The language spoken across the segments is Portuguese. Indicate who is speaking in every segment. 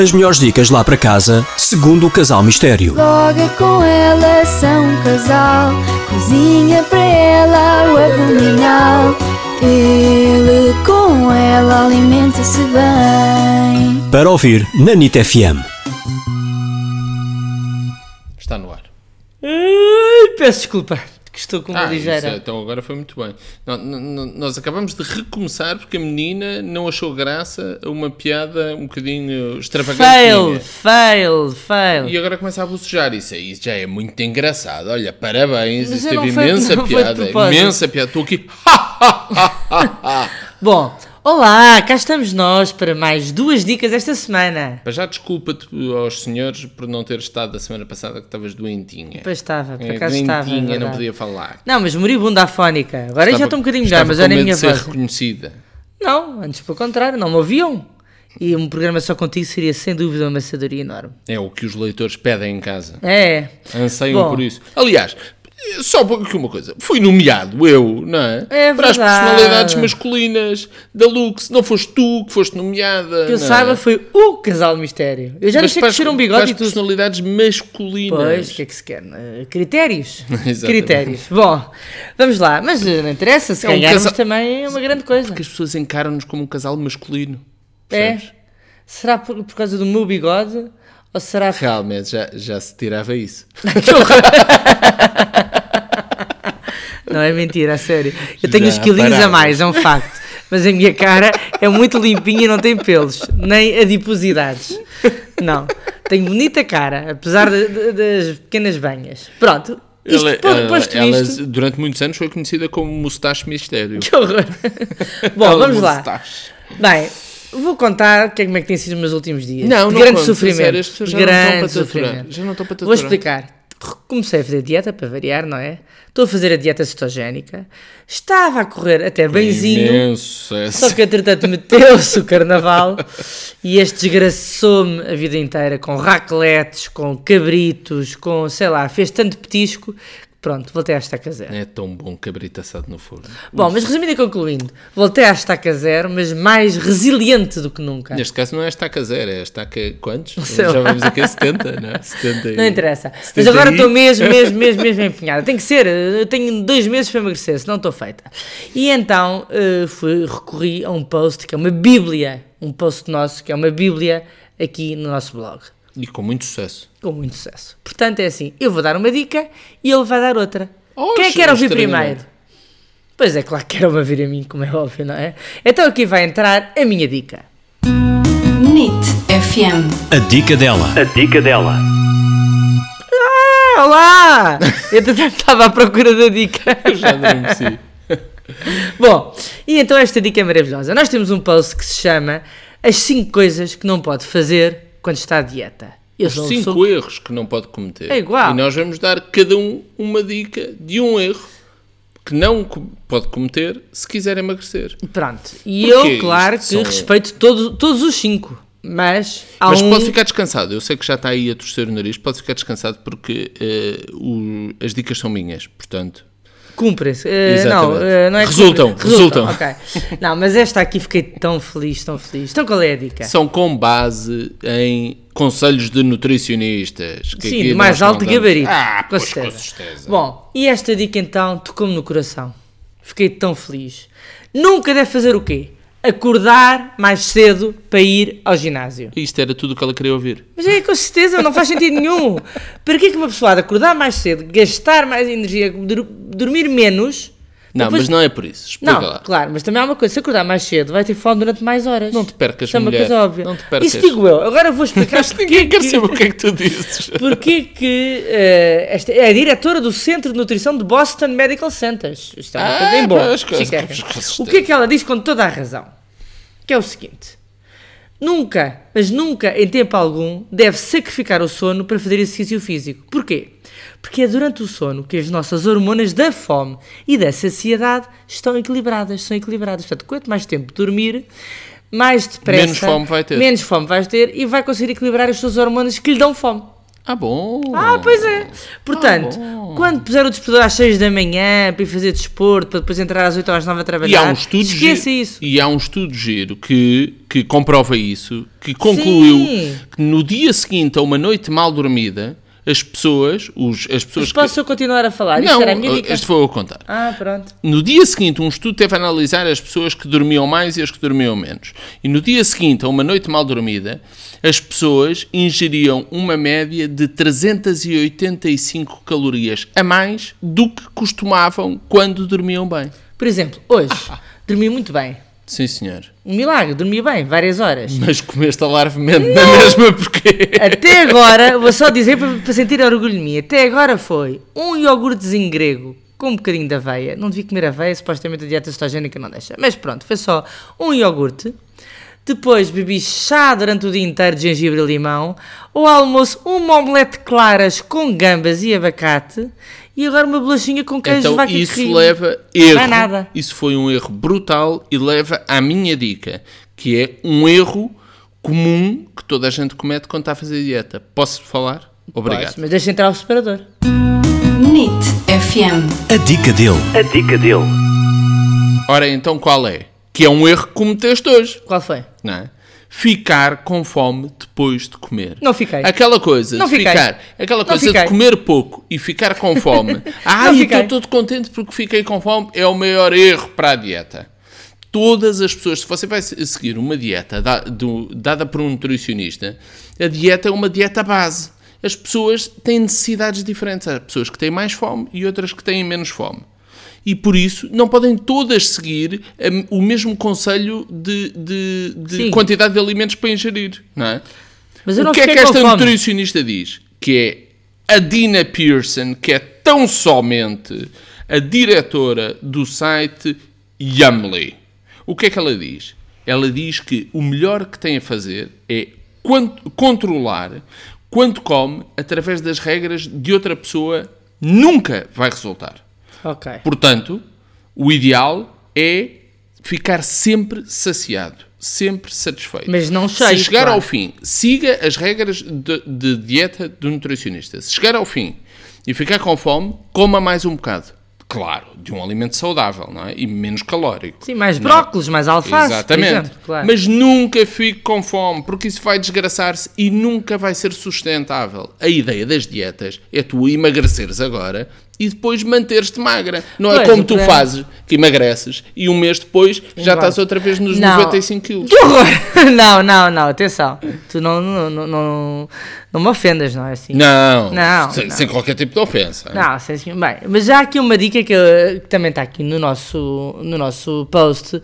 Speaker 1: As melhores dicas lá para casa, segundo o Casal Mistério.
Speaker 2: Logo com ela são um casal, cozinha para ela o abdominal. Ele com ela alimenta-se bem.
Speaker 1: Para ouvir na NIT FM.
Speaker 3: Está no ar.
Speaker 4: Ai, peço desculpa, que estou com uma
Speaker 3: Ah, isso,
Speaker 4: ligeira.
Speaker 3: então agora foi muito bem. Nó- nó- nó- Nós acabamos de recomeçar porque a menina não achou graça a uma piada um bocadinho extravagante.
Speaker 4: Fail,
Speaker 3: minha.
Speaker 4: fail, fail.
Speaker 3: E agora começa a bocejar. Isso aí já é muito engraçado. Olha, parabéns.
Speaker 4: Mas
Speaker 3: Isso
Speaker 4: eu não
Speaker 3: teve
Speaker 4: foi-
Speaker 3: imensa
Speaker 4: não foi de
Speaker 3: piada.
Speaker 4: propósito.
Speaker 3: Imensa piada. Estou aqui.
Speaker 4: Bom, olá, cá estamos nós para mais duas dicas esta semana.
Speaker 3: Mas já desculpa-te aos senhores por não ter estado a semana passada que estavas doentinha.
Speaker 4: Pois estava, por
Speaker 3: É,
Speaker 4: acaso estava. é
Speaker 3: doentinha, não
Speaker 4: verdade.
Speaker 3: podia falar.
Speaker 4: Não, mas moribunda afónica. Agora já estou um bocadinho melhor,
Speaker 3: estava
Speaker 4: mas
Speaker 3: com
Speaker 4: olha a
Speaker 3: medo
Speaker 4: minha
Speaker 3: de ser
Speaker 4: voz.
Speaker 3: reconhecida.
Speaker 4: Não, antes pelo contrário, não me ouviam. E um programa só contigo seria sem dúvida uma maçadoria enorme.
Speaker 3: É o que os leitores pedem em casa.
Speaker 4: É.
Speaker 3: Anseiam
Speaker 4: Bom.
Speaker 3: Ah, por isso. Aliás, só aqui uma coisa. Fui nomeado eu, não é?
Speaker 4: É
Speaker 3: Para as
Speaker 4: verdade.
Speaker 3: personalidades masculinas da Lux. Não foste tu que foste nomeada.
Speaker 4: Que eu
Speaker 3: não é?
Speaker 4: saiba, foi o casal mistério. Eu já
Speaker 3: Mas
Speaker 4: deixei
Speaker 3: para as-
Speaker 4: crescer um
Speaker 3: para
Speaker 4: bigode e
Speaker 3: as
Speaker 4: tudo.
Speaker 3: personalidades masculinas.
Speaker 4: Pois, o que é que se quer? Eh, Critérios.
Speaker 3: Exatamente.
Speaker 4: Critérios. Bom, vamos lá. Mas eh, não interessa, se
Speaker 3: É um
Speaker 4: ganharmos
Speaker 3: casa-
Speaker 4: também é uma grande coisa.
Speaker 3: Porque as pessoas encaram-nos como um casal masculino.
Speaker 4: É.
Speaker 3: percebes?
Speaker 4: Será por, por causa do meu bigode? Ou será que
Speaker 3: Realmente já, já se tirava isso.
Speaker 4: Não é mentira, a sério. Eu tenho os
Speaker 3: Já
Speaker 4: quilinhos a
Speaker 3: parava.
Speaker 4: mais, é um facto. Mas a minha cara é muito limpinha e não tem pelos, nem adiposidades. Não. Tenho bonita cara, apesar de- de- das pequenas banhas. Pronto. Isto,
Speaker 3: Ela-
Speaker 4: pô-
Speaker 3: ela-
Speaker 4: posto
Speaker 3: ela,
Speaker 4: isto.
Speaker 3: durante muitos anos foi conhecida como Mustache Mistério.
Speaker 4: Que horror. Bom,
Speaker 3: Ela
Speaker 4: vamos lá.
Speaker 3: Mustache.
Speaker 4: Bem, vou contar que é- como é que tem sido os meus últimos dias.
Speaker 3: Não,
Speaker 4: De
Speaker 3: não
Speaker 4: grande
Speaker 3: contes, a
Speaker 4: sofrimento.
Speaker 3: sério, as pessoas já não
Speaker 4: grande
Speaker 3: estão para te aturar.
Speaker 4: sofrimento.
Speaker 3: Já não estão para te
Speaker 4: Vou
Speaker 3: aturar.
Speaker 4: explicar. Comecei a fazer dieta para variar, não é? Estou a fazer a dieta cetogénica. Estava a correr até benzinho.
Speaker 3: Imenso. é
Speaker 4: Só que entretanto meteu-se o carnaval e este desgraçou-me a vida inteira com racletes, com cabritos, com sei lá, fez tanto petisco. Pronto, voltei à estaca zero.
Speaker 3: É tão bom cabrito assado no forno.
Speaker 4: Bom, mas resumindo e concluindo, voltei à estaca zero, mas mais resiliente do que nunca.
Speaker 3: Neste caso não é estaca zero, é estaca quantos?
Speaker 4: Sei
Speaker 3: Já
Speaker 4: lá.
Speaker 3: vamos aqui a 70, não é? 70 e- um
Speaker 4: Não interessa.
Speaker 3: Se
Speaker 4: Mas
Speaker 3: tens
Speaker 4: agora
Speaker 3: aí-
Speaker 4: estou mesmo, mesmo, mesmo, mesmo empenhada. Tem que ser. Eu tenho dois meses para emagrecer, senão estou feita. E então eh, fui, recorri a um post que é uma bíblia. Um post nosso que é uma bíblia aqui no nosso blog.
Speaker 3: E com muito sucesso.
Speaker 4: Com muito sucesso. Portanto, é assim. Eu vou dar uma dica e ele vai dar outra.
Speaker 3: Oh,
Speaker 4: Quem é que quer ouvir
Speaker 3: extraordinário.
Speaker 4: primeiro? Pois é, claro que quer ouvir a mim, como é óbvio, não é? Então aqui vai entrar a minha dica.
Speaker 5: NIT FM.
Speaker 1: A dica dela.
Speaker 6: A dica dela.
Speaker 4: Ah, olá! Eu também estava à procura da dica.
Speaker 3: Já adormeci.
Speaker 4: Bom, e então esta dica é maravilhosa. Nós temos um post que se chama As 5 coisas que não pode fazer quando está à dieta. Eu
Speaker 3: Os
Speaker 4: sou uma
Speaker 3: cinco
Speaker 4: pessoa-
Speaker 3: erros que não pode cometer.
Speaker 4: É igual.
Speaker 3: E nós vamos dar cada um uma dica de um erro que não co- pode cometer se quiser emagrecer.
Speaker 4: Pronto, e
Speaker 3: Porquê?
Speaker 4: eu, claro, que
Speaker 3: Isto são-
Speaker 4: respeito todo, todos os 5, mas há
Speaker 3: Mas
Speaker 4: um...
Speaker 3: pode ficar descansado. Eu sei que já está aí a torcer o nariz. Pode ficar descansado porque eh, o- as dicas são minhas. Portanto,
Speaker 4: Cumprem-se. Eh,
Speaker 3: Exatamente.
Speaker 4: não, eh, não é
Speaker 3: Resultam,
Speaker 4: cumprem-
Speaker 3: resultam.
Speaker 4: ok. Não, mas esta aqui fiquei tão feliz, tão feliz. Então qual é a dica?
Speaker 3: são com base em conselhos de nutricionistas. que
Speaker 4: Sim,
Speaker 3: aqui
Speaker 4: de
Speaker 3: nós
Speaker 4: mais
Speaker 3: não
Speaker 4: alto
Speaker 3: damos.
Speaker 4: gabarito.
Speaker 3: Ah,
Speaker 4: com,
Speaker 3: pois,
Speaker 4: certeza.
Speaker 3: com certeza.
Speaker 4: Bom, e esta dica então tocou-me no coração. Fiquei tão feliz. Nunca deve fazer o quê? Acordar mais cedo para ir ao ginásio.
Speaker 3: Isto era tudo o que ela queria ouvir.
Speaker 4: Mas é com certeza, não faz sentido nenhum. Para que é que uma pessoa há de acordar mais cedo, gastar mais energia, dur- dormir menos?
Speaker 3: Não,
Speaker 4: depois-
Speaker 3: mas não é por isso. Explica
Speaker 4: Não,
Speaker 3: lá.
Speaker 4: claro, mas também há uma coisa, se acordar mais cedo, vai ter fome durante mais horas.
Speaker 3: Não te percas,
Speaker 4: Isso é uma
Speaker 3: mulher.
Speaker 4: coisa óbvia.
Speaker 3: Não te percas.
Speaker 4: Isso digo eu. Agora vou explicar
Speaker 3: Acho que ninguém
Speaker 4: porque é
Speaker 3: quer saber o que é que tu dizes.
Speaker 4: Porquê que eh, esta é a diretora do Centro de Nutrição de Boston Medical Centers? Isto é uma
Speaker 3: Ah,
Speaker 4: coisa bem boa.
Speaker 3: pois, coisa-
Speaker 4: Chiqueca.
Speaker 3: coisa- coisa-
Speaker 4: O que é que ela diz com toda a razão? Que é o seguinte: nunca, mas nunca em tempo algum, deve sacrificar o sono para fazer exercício físico. Porquê? Porque é durante o sono que as nossas hormonas da fome e da saciedade estão equilibradas, são equilibradas. Portanto, quanto mais tempo dormir, mais depressa,
Speaker 3: Menos fome vai ter.
Speaker 4: menos fome vais ter e vai conseguir equilibrar os seus hormônios que lhe dão fome.
Speaker 3: Ah, bom. Ah,
Speaker 4: Ah, pois é. Portanto,
Speaker 3: bom.
Speaker 4: quando puser o despertador às 6 da manhã para ir fazer desporto, para depois entrar às 8 ou às 9 a trabalhar,
Speaker 3: E há um estudo
Speaker 4: é, esqueça
Speaker 3: giro,
Speaker 4: isso.
Speaker 3: E há um estudo giro que, que comprova isso, que concluiu
Speaker 4: Sim.
Speaker 3: que no dia seguinte a uma noite mal dormida, as pessoas, os, as pessoas
Speaker 4: Mas posso eu continuar a falar?
Speaker 3: que...
Speaker 4: Isto
Speaker 3: Não,
Speaker 4: era a minha dica.
Speaker 3: este foi eu a contar.
Speaker 4: Ah, pronto.
Speaker 3: No dia seguinte, um estudo teve a analisar as pessoas que dormiam mais e as que dormiam menos. E no dia seguinte, a uma noite mal dormida, as pessoas ingeriam uma média de 385 calorias a mais do que costumavam quando dormiam bem.
Speaker 4: Por exemplo, hoje,
Speaker 3: Ah,
Speaker 4: dormi muito bem.
Speaker 3: Sim, senhor.
Speaker 4: Um milagre, dormi bem, várias horas.
Speaker 3: Mas comeste alarvemente na mesma porque.
Speaker 4: Até agora, vou só dizer para, para sentir orgulho de mim, até agora foi um iogurtezinho grego com um bocadinho de aveia. Não devia comer aveia, supostamente a dieta cetogénica não deixa. Mas pronto, foi só um iogurte. Depois bebi chá durante o dia inteiro de gengibre e limão. O almoço, uma omelete de claras com gambas e abacate. E agora uma bolachinha com queijo de
Speaker 3: Então
Speaker 4: vaca e
Speaker 3: isso
Speaker 4: queijo.
Speaker 3: leva erro.
Speaker 4: Não é nada.
Speaker 3: Isso foi um erro brutal e leva à minha dica, que é um erro comum que toda a gente comete quando está a fazer dieta. Posso falar? Obrigado.
Speaker 4: Pois, Mas deixa entrar o separador.
Speaker 5: NIT FM.
Speaker 1: A dica dele.
Speaker 6: A dica dele.
Speaker 3: Ora, então qual é? Que é um erro que cometeste hoje,
Speaker 4: Qual foi?
Speaker 3: não é? Ficar com fome depois de comer.
Speaker 4: Não fiquei.
Speaker 3: Aquela coisa
Speaker 4: Não
Speaker 3: de
Speaker 4: fiquei.
Speaker 3: ficar, aquela
Speaker 4: Não
Speaker 3: coisa
Speaker 4: fiquei.
Speaker 3: de comer pouco e ficar com fome. Ai, eu
Speaker 4: fiquei.
Speaker 3: estou todo contente porque fiquei com fome, é o maior erro para a dieta. Todas as pessoas, se você vai se- seguir uma dieta da- do- dada por um nutricionista, a dieta é uma dieta base. As pessoas têm necessidades diferentes. Há pessoas que têm mais fome e outras que têm menos fome. E por isso não podem todas seguir a- o mesmo conselho de, de- de
Speaker 4: Sim.
Speaker 3: quantidade de alimentos para ingerir, não é?
Speaker 4: Mas eu
Speaker 3: o
Speaker 4: não
Speaker 3: que é que
Speaker 4: fiquei com
Speaker 3: esta
Speaker 4: fome.
Speaker 3: nutricionista diz? Que é a Dina Pearson, que é tão somente a diretora do site Yumly. O que é que ela diz? Ela diz que o melhor que tem a fazer é quanto- controlar quanto come através das regras de outra pessoa nunca vai resultar.
Speaker 4: Ok.
Speaker 3: Portanto, o ideal é ficar sempre saciado, sempre satisfeito.
Speaker 4: Mas não cheio,
Speaker 3: Se chegar
Speaker 4: claro.
Speaker 3: ao fim, siga as regras de, de dieta do nutricionista. Se chegar ao fim e ficar com fome, coma mais um bocado. Claro, de um alimento saudável, não é? E menos calórico.
Speaker 4: Sim, mais
Speaker 3: Não.
Speaker 4: brócolis, mais alface. por
Speaker 3: Exatamente.
Speaker 4: exemplo, claro.
Speaker 3: Mas nunca fique com fome, porque isso vai desgraçar-se e nunca vai ser sustentável. A ideia das dietas é tu emagreceres agora e depois manteres-te magra. Não é
Speaker 4: Pois,
Speaker 3: como
Speaker 4: o
Speaker 3: tu
Speaker 4: problema-
Speaker 3: fazes, que emagreces e um mês depois já estás outra vez nos
Speaker 4: Não.
Speaker 3: 95 quilos.
Speaker 4: Que horror! Não, não, não, atenção. Tu não, não, não, não, não me ofendas, não é assim?
Speaker 3: Não,
Speaker 4: Não,
Speaker 3: sem,
Speaker 4: não.
Speaker 3: sem qualquer tipo de ofensa.
Speaker 4: Não, sim, sim. Bem, mas já há aqui uma dica que, eh, que também está aqui no nosso, no nosso post,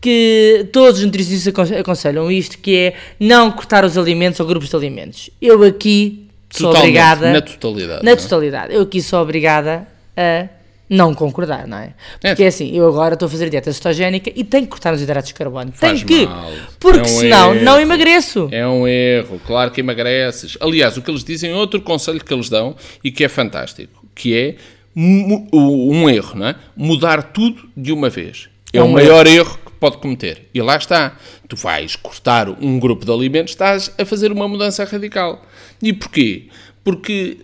Speaker 4: que todos os nutricionistas acon- aconselham isto, que é não cortar os alimentos ou grupos de alimentos. Eu aqui sou
Speaker 3: Totalmente,
Speaker 4: obrigada...
Speaker 3: na totalidade,
Speaker 4: Na
Speaker 3: não é?
Speaker 4: totalidade. Eu aqui sou obrigada a não concordar, não é?
Speaker 3: É.
Speaker 4: Porque é assim, eu agora estou a fazer dieta cetogénica e tenho que cortar os hidratos de carbono.
Speaker 3: Faz
Speaker 4: tenho que,
Speaker 3: mal.
Speaker 4: porque
Speaker 3: É um
Speaker 4: senão
Speaker 3: erro.
Speaker 4: não emagreço.
Speaker 3: É um erro, claro que emagreces. Aliás, o que eles dizem, outro conselho que eles dão e que é fantástico, que é mu- o- um erro, não é? Mudar tudo de uma vez. É,
Speaker 4: É
Speaker 3: o
Speaker 4: um
Speaker 3: maior erro que pode cometer. E lá está. Tu vais cortar um grupo de alimentos, estás a fazer uma mudança radical. E porquê? Porque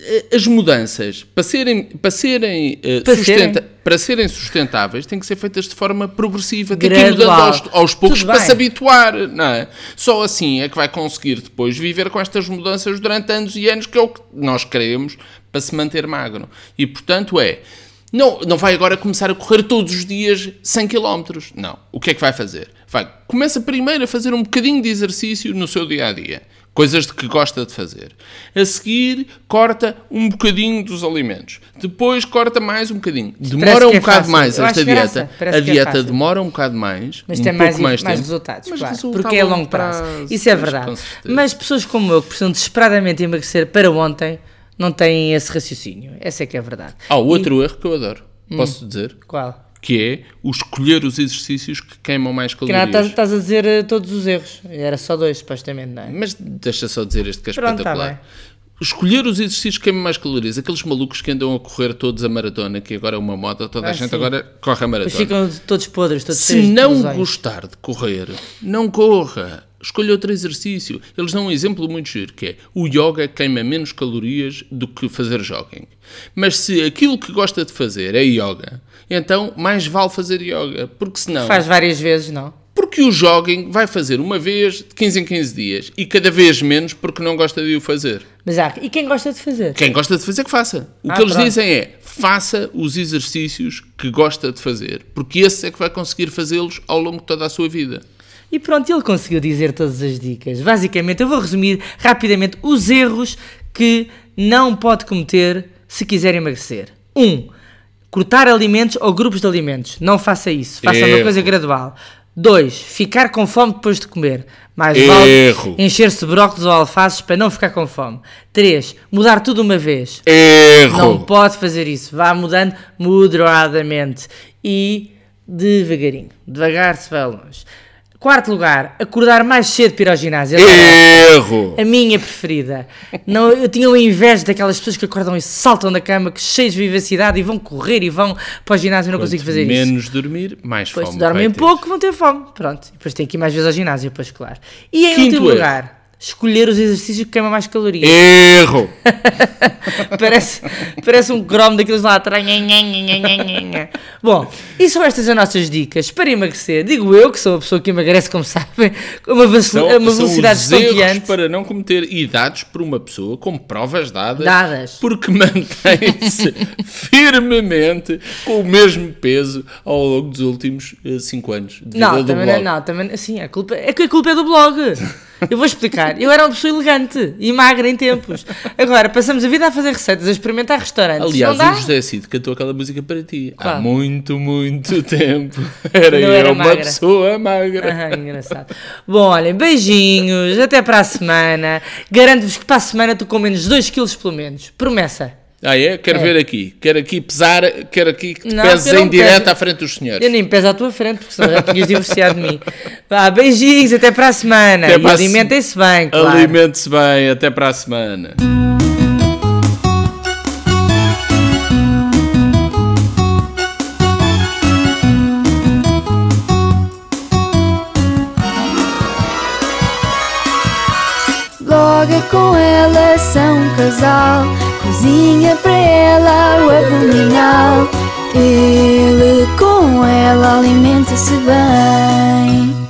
Speaker 3: eh, as mudanças, para serem, para serem, eh,
Speaker 4: Para serem.
Speaker 3: sustenta- para serem sustentáveis, têm que ser feitas de forma progressiva. Tem que ir
Speaker 4: Gradual.
Speaker 3: mudando aos, aos poucos
Speaker 4: Tudo
Speaker 3: para
Speaker 4: bem.
Speaker 3: se habituar, não é? Só assim é que vai conseguir depois viver com estas mudanças durante anos e anos, que é o que nós queremos para se manter magro. E portanto é. Não, não vai agora começar a correr todos os dias 100 km. Não. O que é que vai fazer? Vai, começa primeiro a fazer um bocadinho de exercício no seu dia a dia. Coisas de que gosta de fazer. A seguir, corta um bocadinho dos alimentos. Depois, corta mais um bocadinho. Demora
Speaker 4: Parece
Speaker 3: um
Speaker 4: que é
Speaker 3: bocado
Speaker 4: fácil.
Speaker 3: mais
Speaker 4: Eu acho
Speaker 3: esta
Speaker 4: graça.
Speaker 3: dieta.
Speaker 4: Parece
Speaker 3: a
Speaker 4: que é
Speaker 3: dieta
Speaker 4: fácil.
Speaker 3: demora um bocado mais,
Speaker 4: Mas
Speaker 3: um
Speaker 4: tem
Speaker 3: pouco
Speaker 4: mais, mais,
Speaker 3: tempo.
Speaker 4: resultados,
Speaker 3: Mas
Speaker 4: claro,
Speaker 3: resulta
Speaker 4: porque é a
Speaker 3: longo
Speaker 4: longo prazo.
Speaker 3: prazo,
Speaker 4: Isso é
Speaker 3: mas
Speaker 4: verdade.
Speaker 3: com certeza.
Speaker 4: Mas pessoas como eu, que precisam desesperadamente emagrecer para ontem, não têm esse raciocínio. Essa é que é a verdade.
Speaker 3: Há outro erro que eu adoro,
Speaker 4: Hum.
Speaker 3: posso dizer,
Speaker 4: Qual?
Speaker 3: que é o escolher os exercícios que queimam mais
Speaker 4: Que tá- nada, estás,
Speaker 3: calorias.
Speaker 4: estás a dizer eh, todos os erros. Era só dois, supostamente, não é?
Speaker 3: Hum. Mas deixa só dizer este que é
Speaker 4: Pronto, tá
Speaker 3: espetacular.
Speaker 4: bem.
Speaker 3: Escolher os exercícios que queimam mais calorias. Aqueles malucos que andam a correr todos a maratona, que agora é uma moda, toda a
Speaker 4: Ah,
Speaker 3: gente
Speaker 4: sim.
Speaker 3: agora corre a
Speaker 4: Mas
Speaker 3: maratona.
Speaker 4: ficam todos podres, todos
Speaker 3: Se
Speaker 4: cheios de
Speaker 3: não
Speaker 4: lesões.
Speaker 3: gostar de correr, não corra. Escolha outro exercício. Eles dão um exemplo muito giro, que é o yoga queima menos calorias do que fazer jogging. Mas se aquilo que gosta de fazer é yoga, então mais vale fazer yoga, porque senão...
Speaker 4: Faz várias vezes, não?
Speaker 3: Porque o jogging vai fazer uma vez de 15 em 15 dias e cada vez menos porque não gosta de o fazer.
Speaker 4: Mas há. E quem gosta de fazer?
Speaker 3: Quem gosta de fazer, que faça. O
Speaker 4: Ah,
Speaker 3: que eles
Speaker 4: pronto.
Speaker 3: dizem é faça os exercícios que gosta de fazer, porque esse é que vai conseguir fazê-los ao longo de toda a sua vida.
Speaker 4: E pronto, ele conseguiu dizer todas as dicas. Basicamente, eu vou resumir rapidamente os erros que não pode cometer se quiser emagrecer. 1. Um, cortar alimentos ou grupos de alimentos. Não faça isso. Faça uma
Speaker 3: Erro.
Speaker 4: coisa gradual. 2. Ficar com fome depois de comer. Mais
Speaker 3: Erro.
Speaker 4: vale encher-se de brócolis ou alfaces para não ficar com fome. 3. Mudar tudo uma vez.
Speaker 3: Erro!
Speaker 4: Não pode fazer isso. Vá mudando moderadamente e devagarinho. Devagar se vai longe. Quarto lugar, acordar mais cedo para ir ao ginásio. é
Speaker 3: Erro!
Speaker 4: A minha preferida. Não, eu tinha uma inveja daquelas pessoas que acordam e saltam da cama, que cheios de vivacidade e vão correr e vão para o ginásio. Eu não consigo fazer isso.
Speaker 3: menos dormir, mais
Speaker 4: Depois
Speaker 3: fome.
Speaker 4: dormem um
Speaker 3: vai ter.
Speaker 4: pouco, vão ter fome. Pronto. E depois têm que ir mais vezes ao ginásio, depois, claro. E em
Speaker 3: Quinto é?
Speaker 4: último
Speaker 3: erro.
Speaker 4: lugar, escolher os exercícios que queimam mais calorias.
Speaker 3: Erro!
Speaker 4: parece, parece um cromo daqueles lá atrás. Bom, e são estas as nossas dicas para emagrecer. Digo eu, que sou a pessoa que emagrece, como sabem, com uma, vac-
Speaker 3: Então, São, são
Speaker 4: uma
Speaker 3: os
Speaker 4: velocidade
Speaker 3: erros
Speaker 4: estonteante.
Speaker 3: para não cometer e dados por uma pessoa com provas dadas,
Speaker 4: Dadas.
Speaker 3: porque mantém-se firmemente com o mesmo peso ao longo dos últimos 5 anos de vida
Speaker 4: Não,
Speaker 3: do
Speaker 4: também
Speaker 3: blog.
Speaker 4: não, não, também assim, a culpa, é que a culpa é do blog. Eu vou explicar. Eu era uma pessoa elegante e magra em tempos. Agora, passamos a vida a fazer receitas, a experimentar restaurantes.
Speaker 3: Aliás,
Speaker 4: não dá?
Speaker 3: o José Cid cantou aquela música para ti há
Speaker 4: Qual?
Speaker 3: muito, muito tempo. Era
Speaker 4: Não
Speaker 3: eu
Speaker 4: era
Speaker 3: uma
Speaker 4: magra.
Speaker 3: pessoa magra.
Speaker 4: Aham, engraçado. Bom, olhem, beijinhos, até para a semana. Garanto-vos que para a semana estou com menos 2 quilos pelo menos. Promessa.
Speaker 3: Ah, é? Quero ver aqui. Quero aqui pesar, quero aqui que te
Speaker 4: Não,
Speaker 3: peses
Speaker 4: eu não
Speaker 3: em direto
Speaker 4: peso.
Speaker 3: à frente dos senhores.
Speaker 4: Eu nem peso à tua frente, porque senão já tinhas divorciado de mim. Vá, beijinhos, até para a semana.
Speaker 3: Até
Speaker 4: E
Speaker 3: para a se-
Speaker 4: alimentem-se bem, claro.
Speaker 3: Alimente-se bem. Até para a semana.
Speaker 2: Logo com ela são um casal, cozinha para ela o abdominal. Ele com ela alimenta-se bem.